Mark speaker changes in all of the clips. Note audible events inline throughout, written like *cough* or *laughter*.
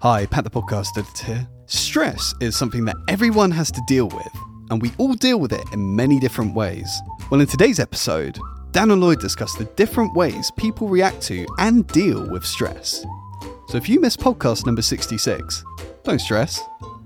Speaker 1: Hi, Pat the Podcast Editor here. Stress is something that everyone has to deal with, and we all deal with it in many different ways. Well, in today's episode, Dan and Lloyd discuss the different ways people react to and deal with stress. So if you missed podcast number 66, don't stress.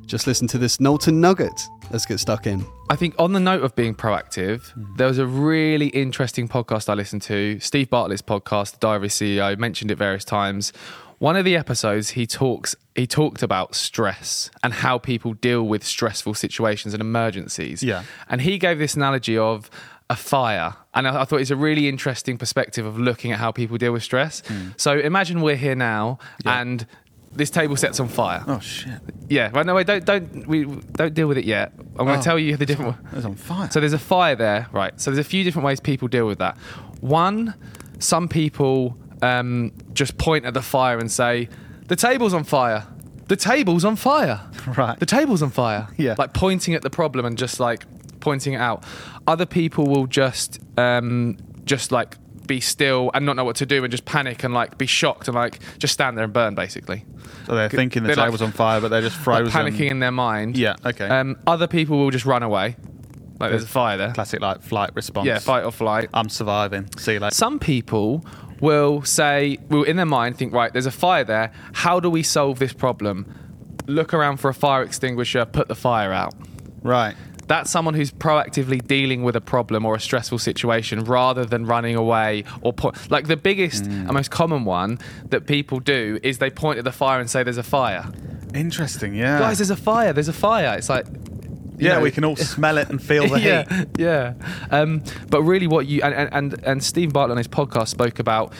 Speaker 1: Just listen to this Knowlton Nugget. Let's get stuck in.
Speaker 2: I think on the note of being proactive, there was a really interesting podcast I listened to, Steve Bartlett's podcast, The Diary CEO, mentioned it various times. One of the episodes he talks he talked about stress and how people deal with stressful situations and emergencies.
Speaker 3: Yeah.
Speaker 2: And he gave this analogy of a fire. And I, I thought it's a really interesting perspective of looking at how people deal with stress. So imagine we're here now and this table sets on fire.
Speaker 3: Oh shit!
Speaker 2: Yeah. Right, no, wait, don't don't we don't deal with it yet. I'm gonna
Speaker 3: Oh.
Speaker 2: tell you the different
Speaker 3: *laughs*
Speaker 2: one.
Speaker 3: That's on fire.
Speaker 2: So there's a fire there, right? So there's a few different ways people deal with that. One, some people um, just point at the fire and say, "The table's on fire." The table's on fire.
Speaker 3: *laughs* Right.
Speaker 2: The table's on fire.
Speaker 3: Yeah.
Speaker 2: Like pointing at the problem and just like pointing it out. Other people will just um, just like be still and not know what to do and just panic and like be shocked and like just stand there and burn basically.
Speaker 3: So they're thinking the
Speaker 2: They're like-
Speaker 3: table's on fire, but
Speaker 2: *laughs*
Speaker 3: they're just
Speaker 2: Like,
Speaker 3: frozen.
Speaker 2: panicking in their mind.
Speaker 3: um, Yeah, okay.
Speaker 2: Um, other people will just run away. Like there's a fire there.
Speaker 3: Classic like flight response.
Speaker 2: Yeah, fight or flight.
Speaker 3: I'm surviving. See you later.
Speaker 2: Some people will say, will in their mind think, right, there's a fire there. How do we solve this problem? Look around for a fire extinguisher, put the fire out.
Speaker 3: right.
Speaker 2: That's someone who's proactively dealing with a problem or a stressful situation rather than running away or point. Like the biggest
Speaker 3: Mm.
Speaker 2: and most common one that people do is they point at the fire and say, there's a fire.
Speaker 3: Interesting. Yeah.
Speaker 2: Guys, there's a fire, there's a fire. It's like, you
Speaker 3: Ah. yeah,
Speaker 2: know,
Speaker 3: we can all smell it and feel
Speaker 2: *laughs*
Speaker 3: the
Speaker 2: yeah,
Speaker 3: heat.
Speaker 2: Yeah, um, but really, what you and and and, and Steve Bartlett on his podcast spoke about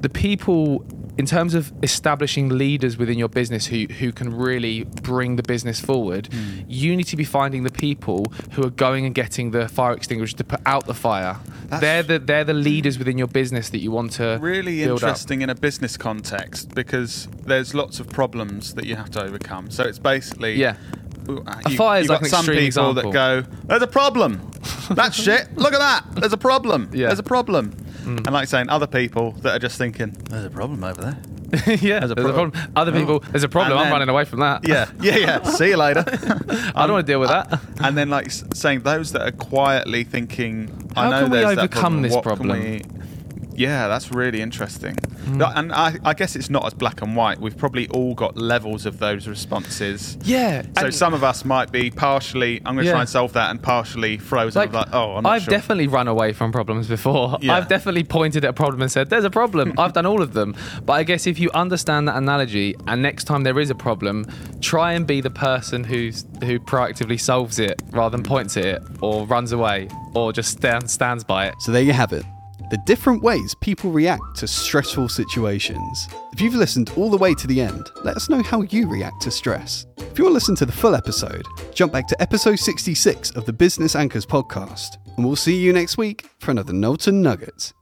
Speaker 2: the people in terms of establishing leaders within your business who who can really bring the business forward.
Speaker 3: Hmm.
Speaker 2: You need to be finding the people who are going and getting the fire extinguisher to put out the fire.
Speaker 3: That's-
Speaker 2: they're the they're the leaders within your business that you want to
Speaker 3: Really
Speaker 2: build up.
Speaker 3: interesting in a business context because there's lots of problems that you have to overcome. So it's basically ah,
Speaker 2: Yeah. *laughs*
Speaker 3: You,
Speaker 2: A fire is
Speaker 3: you've got
Speaker 2: like an
Speaker 3: some
Speaker 2: extreme
Speaker 3: people
Speaker 2: example.
Speaker 3: that go, "There's a
Speaker 2: *laughs*
Speaker 3: problem. That's shit. Look at that. There's a problem.
Speaker 2: Yeah. Hmm.
Speaker 3: There's a problem." And like saying other people that are just thinking, "There's a problem over there."
Speaker 2: yeah,
Speaker 3: There's
Speaker 2: there's a
Speaker 3: a problem.
Speaker 2: problem. Other people, there's a problem.
Speaker 3: And
Speaker 2: I'm
Speaker 3: then-
Speaker 2: running away from that.
Speaker 3: Yeah, Uh, yeah, yeah. See you later.
Speaker 2: *laughs*
Speaker 3: Um,
Speaker 2: I
Speaker 3: *laughs*
Speaker 2: don't want to deal with that.
Speaker 3: and then like s- saying those that are quietly thinking,
Speaker 2: How
Speaker 3: I know
Speaker 2: can we
Speaker 3: there's that
Speaker 2: overcome this
Speaker 3: what
Speaker 2: problem? Hmm.
Speaker 3: Can we... Yeah, that's really interesting. Like, And I, I guess it's not as black and white. We've probably all got levels of those responses.
Speaker 2: Yeah.
Speaker 3: So
Speaker 2: and-
Speaker 3: some of us might be partially, I'm going to
Speaker 2: Yeah.
Speaker 3: try and solve that, and partially frozen. Like, oh, I'm not
Speaker 2: I've
Speaker 3: sure.
Speaker 2: definitely run away from problems before.
Speaker 3: *laughs* Yeah.
Speaker 2: I've definitely pointed at a problem and said, "There's a
Speaker 3: *laughs*
Speaker 2: problem." I've done all of them, but I guess if you understand that analogy, and next time there is a problem, try and be the person who's who proactively solves it rather than points at it or runs away or just stand, stands by it.
Speaker 1: So there you have it. The different ways people react to stressful situations. If you've listened all the way to the end, let us know how you react to stress. If you want to listen to the full episode, jump back to episode 66 of the Business Anchors podcast, and we'll see you next week for another Knowlton Nugget.